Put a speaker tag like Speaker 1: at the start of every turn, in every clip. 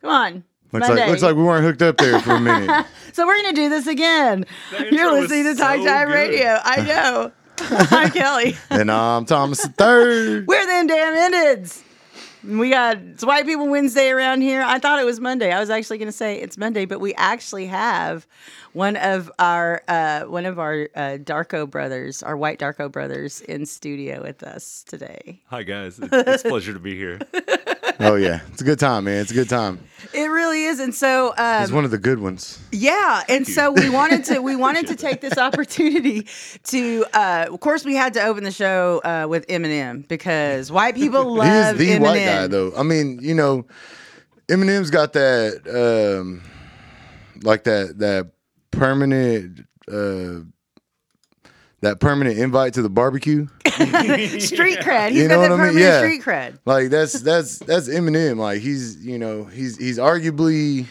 Speaker 1: Come on.
Speaker 2: Looks
Speaker 1: Monday.
Speaker 2: like, looks like we weren't hooked up there for a minute.
Speaker 1: so we're gonna do this again.
Speaker 3: That
Speaker 1: You're
Speaker 3: intro was
Speaker 1: listening to
Speaker 3: so
Speaker 1: Talk Time
Speaker 3: good.
Speaker 1: Radio. I know. I'm Kelly.
Speaker 2: and I'm Thomas the Third.
Speaker 1: We're them damn endeds. We got it's White People Wednesday around here. I thought it was Monday. I was actually going to say it's Monday, but we actually have one of our uh, one of our uh, Darko brothers, our white Darko brothers, in studio with us today.
Speaker 3: Hi guys, It- it's a pleasure to be here.
Speaker 2: Oh yeah, it's a good time, man. It's a good time.
Speaker 1: It really is, and so um,
Speaker 2: It's one of the good ones.
Speaker 1: Yeah, and so we wanted to we wanted to take this opportunity to uh, of course we had to open the show uh, with Eminem because white people
Speaker 2: He is
Speaker 1: love
Speaker 2: the
Speaker 1: Eminem.
Speaker 2: white guy, though. I mean, you know, Eminem's got that, um, like that that permanent, uh, that permanent invite to the barbecue.
Speaker 1: Street cred. He's
Speaker 2: You
Speaker 1: got that
Speaker 2: know what I
Speaker 1: permanent
Speaker 2: mean? Yeah.
Speaker 1: street cred.
Speaker 2: Like that's that's that's Eminem. Like he's you know he's he's arguably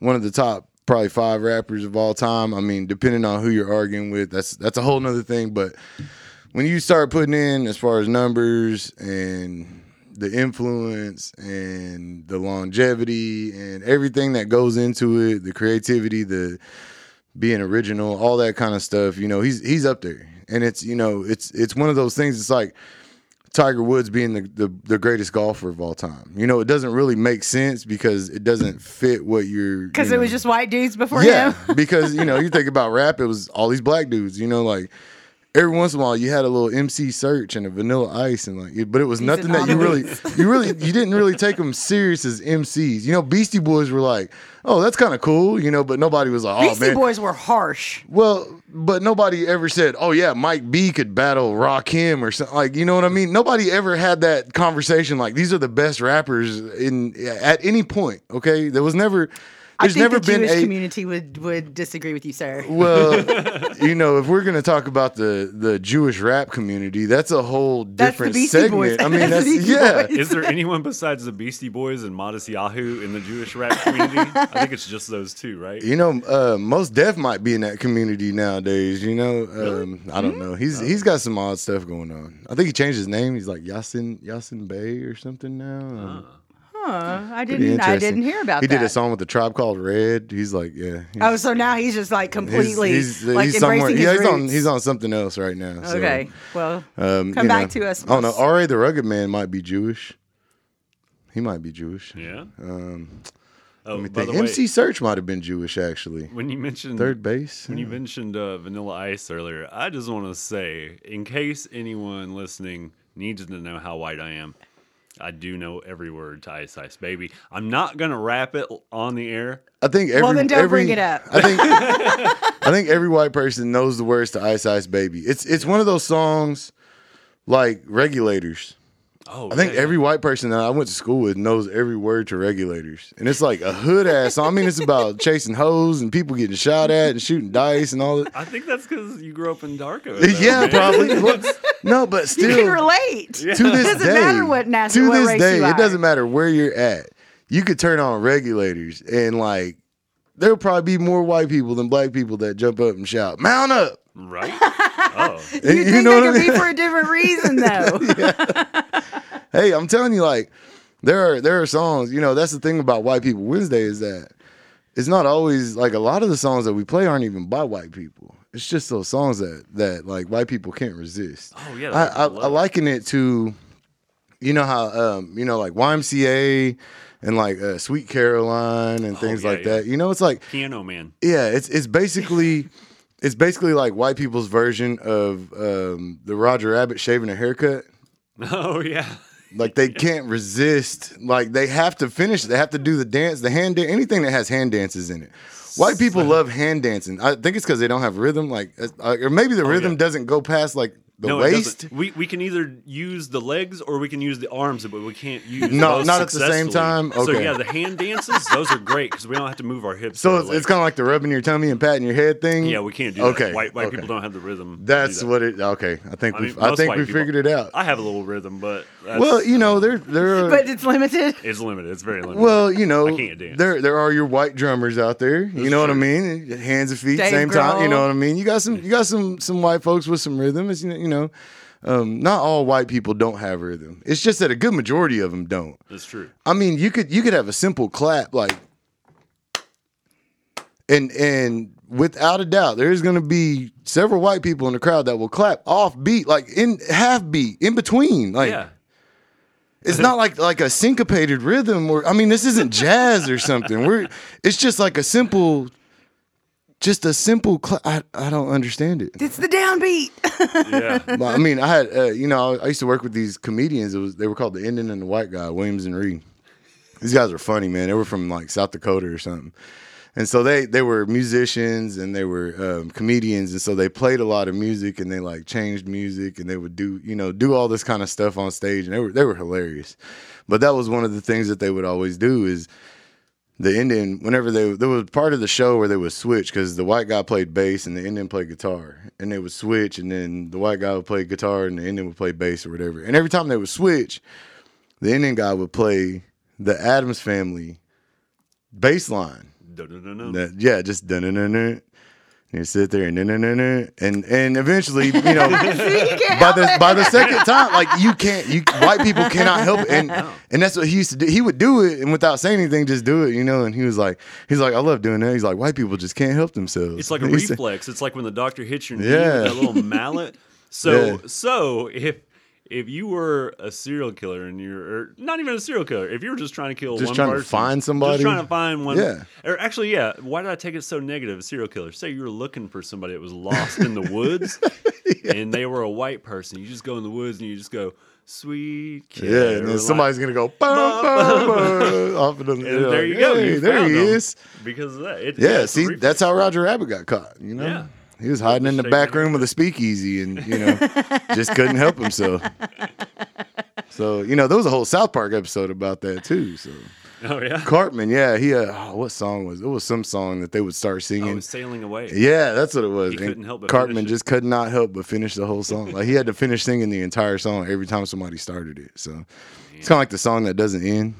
Speaker 2: one of the top probably five rappers of all time. I mean, depending on who you're arguing with, that's that's a whole nother thing. But when you start putting in as far as numbers and the influence and the longevity and everything that goes into it, the creativity, the being original, all that kind of stuff, you know, he's he's up there. And it's you know, it's it's one of those things it's like Tiger Woods being the, the, the greatest golfer of all time. You know, it doesn't really make sense because it doesn't fit what you're
Speaker 1: Because
Speaker 2: you
Speaker 1: it was
Speaker 2: know.
Speaker 1: just white dudes before
Speaker 2: Yeah,
Speaker 1: him.
Speaker 2: because you know, you think about rap, it was all these black dudes. You know, like every once in a while, you had a little MC Search and a Vanilla Ice, and like, it, but it was nothing that you really, you really, you didn't really take them serious as MCs. You know, Beastie Boys were like, oh, that's kind of cool, you know, but nobody was like, oh
Speaker 1: Beastie
Speaker 2: man.
Speaker 1: Boys were harsh.
Speaker 2: Well, but nobody ever said, "Oh yeah, Mike B could battle Rock him or something." Like, you know what I mean? Nobody ever had that conversation. Like, these are the best rappers in at any point. Okay, there was never,
Speaker 1: I
Speaker 2: there's
Speaker 1: think
Speaker 2: never
Speaker 1: the
Speaker 2: been
Speaker 1: Jewish
Speaker 2: a
Speaker 1: community would would disagree with you, sir.
Speaker 2: well, you know, if we're gonna talk about the the Jewish rap community, that's a whole
Speaker 1: That's the
Speaker 2: different
Speaker 1: Beastie Boys.
Speaker 2: segment. I
Speaker 1: That's
Speaker 2: mean, that's
Speaker 1: the Beastie
Speaker 2: yeah.
Speaker 1: Boys.
Speaker 3: Is there anyone besides the Beastie Boys and Modest Yahoo in the Jewish rap community? I think it's just those two, right?
Speaker 2: You know, uh, most deaf might be in that community nowadays. You know, um, I
Speaker 1: Hmm?
Speaker 2: don't know. He's he's got some odd stuff going on. I think he changed his name. He's like Yasin Yasin Bey or something now.
Speaker 1: Huh, I
Speaker 2: Pretty
Speaker 1: didn't I
Speaker 2: interesting.
Speaker 1: didn't hear about
Speaker 2: He
Speaker 1: that.
Speaker 2: did a song with the tribe called Red. He's like, yeah, he's,
Speaker 1: Oh, so now he's just like completely like
Speaker 2: somewhere.
Speaker 1: embracing
Speaker 2: yeah,
Speaker 1: his
Speaker 2: he's on
Speaker 1: roots.
Speaker 2: he's on something else right now. so,
Speaker 1: Okay, well,
Speaker 2: um,
Speaker 1: Come
Speaker 2: you
Speaker 1: back
Speaker 2: know,
Speaker 1: to us.
Speaker 2: I don't know. Ra the Rugged Man might be Jewish. He might be Jewish.
Speaker 3: Yeah.
Speaker 2: Um,
Speaker 3: Oh,
Speaker 2: let me
Speaker 3: by
Speaker 2: think.
Speaker 3: the way,
Speaker 2: MC Search might have been Jewish actually.
Speaker 3: when you mentioned
Speaker 2: Third base.
Speaker 3: when you mentioned uh, Vanilla Ice earlier, I just want to say, in case anyone listening needs to know how white I am, I do know every word to Ice Ice Baby. I'm not gonna rap it on the air.
Speaker 2: I think every
Speaker 1: then don't
Speaker 2: every-
Speaker 1: bring it up.
Speaker 2: I think I think every white person knows the words to Ice Ice Baby. It's it's one of those songs like regulators.
Speaker 3: Oh,
Speaker 2: I think every white person that I went to school with knows every word to regulators. And it's like a hood ass. song. I mean, it's about chasing hoes and people getting shot at and shooting dice and all that.
Speaker 3: I think that's because you grew up in Darko. though,
Speaker 2: yeah,
Speaker 3: man.
Speaker 2: probably. What? No, but
Speaker 1: you
Speaker 2: still
Speaker 1: can relate.
Speaker 2: to this
Speaker 1: Doesn't
Speaker 2: day,
Speaker 1: matter what nas-
Speaker 2: to
Speaker 1: what
Speaker 2: this
Speaker 1: race
Speaker 2: day,
Speaker 1: you are.
Speaker 2: it doesn't matter where you're at. You could turn on regulators and like there'll probably be more white people than black people that jump up and shout, "Mount up!"
Speaker 3: Right? Oh,
Speaker 2: And
Speaker 1: You
Speaker 2: you
Speaker 1: think
Speaker 2: know
Speaker 1: they
Speaker 2: what I
Speaker 1: could be
Speaker 2: mean?
Speaker 1: for a different reason though.
Speaker 2: Hey, I'm telling you, like there are there are songs. You know, that's the thing about White People Wednesday is that it's not always like a lot of the songs that we play aren't even by white people. It's just those songs that that like white people can't resist.
Speaker 3: Oh, yeah,
Speaker 2: I
Speaker 3: that's
Speaker 2: I,
Speaker 3: what
Speaker 2: I
Speaker 3: I love.
Speaker 2: liken it to, you know how um you know like YMCA and like uh, Sweet Caroline and things
Speaker 3: Oh, yeah,
Speaker 2: like
Speaker 3: yeah.
Speaker 2: that. You know, it's like
Speaker 3: piano man.
Speaker 2: yeah, it's it's basically it's basically like white people's version of um the Roger Rabbit shaving a haircut.
Speaker 3: Oh yeah.
Speaker 2: Like they can't resist. Like they have to finish. They have to do the dance, the hand dance, anything that has hand dances in it. White people love hand dancing. I think it's because they don't have rhythm. Like, it's- uh, or maybe the rhythm
Speaker 3: Oh, yeah.
Speaker 2: doesn't go past like the
Speaker 3: no, it
Speaker 2: waist.
Speaker 3: doesn't. We we can either use the legs or we can use the arms, but we can't use
Speaker 2: No,
Speaker 3: both
Speaker 2: not at the same
Speaker 3: successfully.
Speaker 2: time?
Speaker 3: So
Speaker 2: Okay.
Speaker 3: yeah, the hand dances those are great because we don't have to move our hips.
Speaker 2: So
Speaker 3: or
Speaker 2: it's,
Speaker 3: our
Speaker 2: it's kind of like the rubbing your tummy and patting your head thing.
Speaker 3: legs. yeah, we can't do
Speaker 2: okay.
Speaker 3: that. White white
Speaker 2: okay.
Speaker 3: people don't have the rhythm. to do
Speaker 2: That's
Speaker 3: that.
Speaker 2: what it. Okay, I think
Speaker 3: I
Speaker 2: we
Speaker 3: mean,
Speaker 2: have I
Speaker 3: most
Speaker 2: think
Speaker 3: white
Speaker 2: we
Speaker 3: people-
Speaker 2: figured it out.
Speaker 3: I have a little rhythm, but that's,
Speaker 2: well, you know, there there are.
Speaker 1: but it's limited.
Speaker 3: it's limited. It's very limited.
Speaker 2: well, you know,
Speaker 3: I can't dance.
Speaker 2: there there are your white drummers out there. you know what I
Speaker 3: true.
Speaker 2: mean? Hands and feet,
Speaker 1: Dave
Speaker 2: same time. You
Speaker 1: Grohl.
Speaker 2: know what I mean? You got some you got some some white folks with some rhythm. It's you know- you know, Um, not all white people don't have rhythm. It's just that a good majority of them don't.
Speaker 3: That's true.
Speaker 2: I mean, you could you could have a simple clap like, and and without a doubt, there is going to be several white people in the crowd that will clap off beat, like in half beat, in between. Like
Speaker 3: yeah.
Speaker 2: it's not like like a syncopated rhythm, or I mean, this isn't jazz or something. We're it's just like a simple, just a simple. Cla- I I don't understand it.
Speaker 1: It's the downbeat.
Speaker 3: Yeah.
Speaker 2: Well, I mean, I had uh, you know I used to work with these comedians. It was they were called the Indian and the White Guy, Williams and Reed. These guys are funny, man. They were from like South Dakota or something, and so they they were musicians and they were um, comedians, and so they played a lot of music and they like changed music and they would do you know do all this kind of stuff on stage, and they were they were hilarious. But that was one of the things that they would always do is the Indian, whenever they there was part of the show where they would switch because the white guy played bass and the Indian played guitar, and they would switch, and then the white guy would play guitar and the Indian would play bass or whatever. And every time they would switch, the Indian guy would play the Adams Family bass line.
Speaker 3: Dun-dun-dun-dun.
Speaker 2: That- yeah, just dun dun dun dun. And you sit there and dun dun dun dun, and and eventually, you know, by the by the second time, like you can't, you white people cannot help, it. and and that's what he used to do. He would do it, and without saying anything, just do it, you know. And he was like, he's like, I love doing that. He's like, white people just can't help themselves.
Speaker 3: It's like a
Speaker 2: He said-
Speaker 3: reflex. It's like when the doctor hits your knee
Speaker 2: Yeah.
Speaker 3: with that little mallet. So
Speaker 2: Yeah.
Speaker 3: so if if you were a serial killer and you're or not even a serial killer, if you were just trying to kill
Speaker 2: Just
Speaker 3: one
Speaker 2: trying to
Speaker 3: person,
Speaker 2: find somebody?
Speaker 3: just trying to find one,
Speaker 2: Yeah.
Speaker 3: Or actually, yeah. Why did I take it so negative? Serial killer. Say you were looking for somebody that was lost in the woods, and they were a white person. You just go in the woods and you just go, sweet.
Speaker 2: Yeah, and
Speaker 3: Caroline."
Speaker 2: then somebody's gonna go bum, bum, bum, off of them.
Speaker 3: And there you go. you
Speaker 2: there
Speaker 3: found
Speaker 2: he
Speaker 3: them
Speaker 2: is.
Speaker 3: Because of that. It-
Speaker 2: Yeah,
Speaker 3: it's a
Speaker 2: see,
Speaker 3: reflex.
Speaker 2: that's how Roger Rabbit got caught. You know,
Speaker 3: Yeah.
Speaker 2: he was hiding in the
Speaker 3: Shaking
Speaker 2: back
Speaker 3: it.
Speaker 2: room of the speakeasy, and you know, just couldn't help himself. So you know, there was a whole South Park episode about that too. So
Speaker 3: Oh yeah.
Speaker 2: Cartman, yeah, he, uh, oh, what song was it? It Was some song that they would start
Speaker 3: I
Speaker 2: singing.
Speaker 3: was sailing away.
Speaker 2: yeah, that's what it was.
Speaker 3: He
Speaker 2: And
Speaker 3: Oh, couldn't help but
Speaker 2: Cartman
Speaker 3: finish it.
Speaker 2: just could not help but finish the whole song. Like he had to finish singing the entire song every time somebody started it. So it's kind of like the song that doesn't end.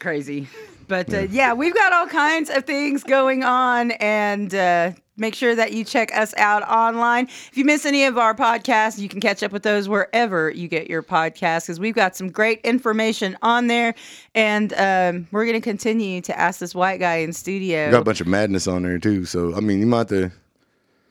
Speaker 1: Crazy. But uh, yeah, we've got all kinds of things going on, and uh, make sure that you check us out online. If you miss any of our podcasts, you can catch up with those wherever you get your podcasts because we've got some great information on there. And um, we're going to continue to ask this white guy in studio.
Speaker 2: We got a bunch of madness on there too. So I mean, you might have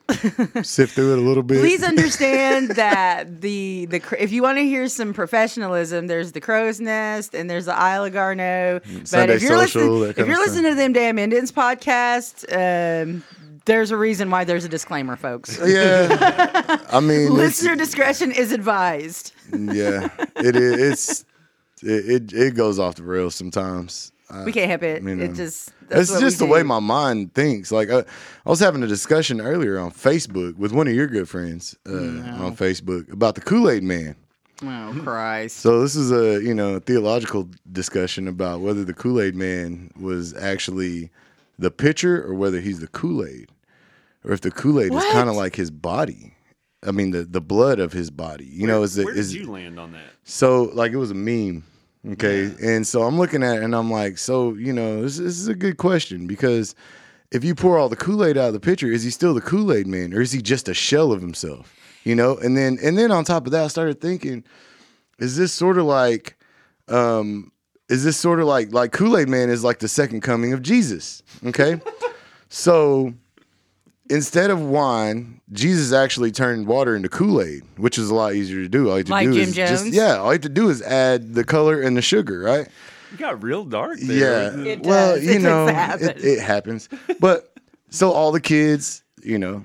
Speaker 2: to sift through it a little bit.
Speaker 1: Please understand that the the cr- if you want to hear some professionalism, there's the Crow's Nest and there's the Isle of Garneau. But
Speaker 2: Sunday
Speaker 1: if you're
Speaker 2: Social, that
Speaker 1: listening,
Speaker 2: kind
Speaker 1: if
Speaker 2: of
Speaker 1: you're
Speaker 2: stuff.
Speaker 1: listening to them damn Indians podcast, um, there's a reason why there's a disclaimer, folks.
Speaker 2: Uh, yeah, I mean, it's-
Speaker 1: Listener discretion is advised.
Speaker 2: yeah, it is. It's it, it it goes off the rails sometimes.
Speaker 1: We can't help it.
Speaker 2: You know.
Speaker 1: it just that's
Speaker 2: That's
Speaker 1: what we
Speaker 2: uh, just the
Speaker 1: do.
Speaker 2: way my mind thinks. Like uh, I was having a discussion earlier on Facebook with one of your good friends uh, on Facebook about the Kool Aid Man.
Speaker 1: oh Christ.
Speaker 2: So this is a you know theological discussion about whether the Kool Aid Man was actually the pitcher or whether he's the Kool Aid, or if the Kool Aid is
Speaker 1: What?
Speaker 2: kind of like his body. I mean the the blood of his body. You know, is it
Speaker 3: Where did
Speaker 2: is
Speaker 3: you land on that?
Speaker 2: so like it was a meme. Okay. And so I'm looking at it and I'm like, so, you know, this, this is a good question because if you pour all the Kool-Aid out of the pitcher, is he still the Kool-Aid man or is he just a shell of himself? You know? And then and then on top of that, I started thinking, is this sort of like um is this sort of like like Kool-Aid man is like the second coming of Jesus? Okay? so instead of wine, Jesus actually turned water into Kool Aid, which is a lot easier to do. All you have to
Speaker 1: Like
Speaker 2: do
Speaker 1: Jim
Speaker 2: is just
Speaker 1: Jones?
Speaker 2: yeah, all you have to do is add the color and the sugar, right?
Speaker 3: It got real dark. There.
Speaker 2: Yeah.
Speaker 1: It
Speaker 2: well,
Speaker 1: does. It
Speaker 2: you
Speaker 1: does
Speaker 2: know,
Speaker 1: happen.
Speaker 2: it, it happens. But so all the kids, you know,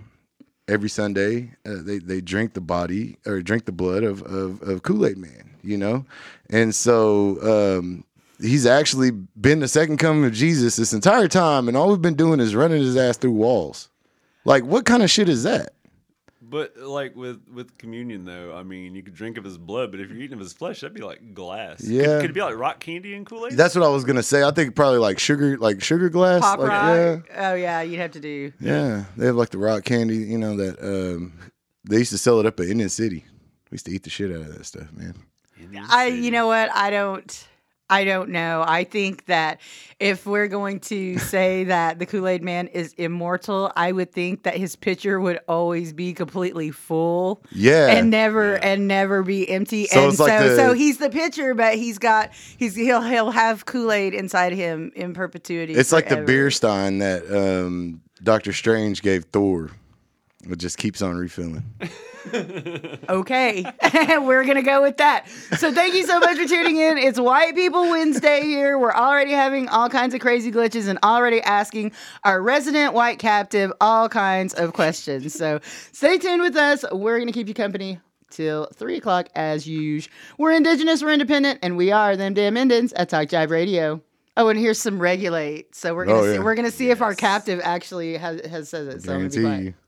Speaker 2: every Sunday uh, they they drink the body or drink the blood of of, of Kool Aid Man, you know, and so. um He's actually been the second coming of Jesus this entire time, and all we've been doing is running his ass through walls. Like, what kind of shit is that?
Speaker 3: But like with with communion though, I mean, you could drink of his blood, but if you're eating of his flesh, that'd be like glass. Could-
Speaker 2: Yeah.
Speaker 3: Could, it be like rock candy and Kool Aid?
Speaker 2: That's what I was gonna say. I think probably like sugar, like sugar glass.
Speaker 1: Pop
Speaker 2: like,
Speaker 1: rock. Oh yeah, you'd have to do.
Speaker 2: Yeah, yeah. They have like the rock candy, you know that um, they used to sell it up at Indian City. We used to eat the shit out of that stuff, man.
Speaker 1: I you know what I don't I don't know. I think that if we're going to say that the Kool Aid Man is immortal, I would think that his pitcher would always be completely full
Speaker 2: Yeah.
Speaker 1: and never and never be empty.
Speaker 2: So
Speaker 1: and
Speaker 2: it's
Speaker 1: so,
Speaker 2: like the-
Speaker 1: so he's the pitcher, but he's got he's he'll he'll have Kool Aid inside him in perpetuity.
Speaker 2: it's like the
Speaker 1: forever.
Speaker 2: beer stein that um, Doctor Strange gave Thor. It just keeps on refilling.
Speaker 1: Okay, we're gonna go with that. So thank you so much for tuning in. It's White People Wednesday here. We're already having all kinds of crazy glitches and already asking our resident white captive all kinds of questions. So stay tuned with us. We're gonna keep you company till three o'clock as usual. We're indigenous, we're independent, and we are them damn Indians at Talk Jive Radio. Oh, and here's some regulate. So we're gonna
Speaker 2: Oh,
Speaker 1: see,
Speaker 2: yeah.
Speaker 1: we're gonna see if our captive actually has, has says it. So I'm gonna be
Speaker 2: Guarantee
Speaker 1: quiet.
Speaker 2: you.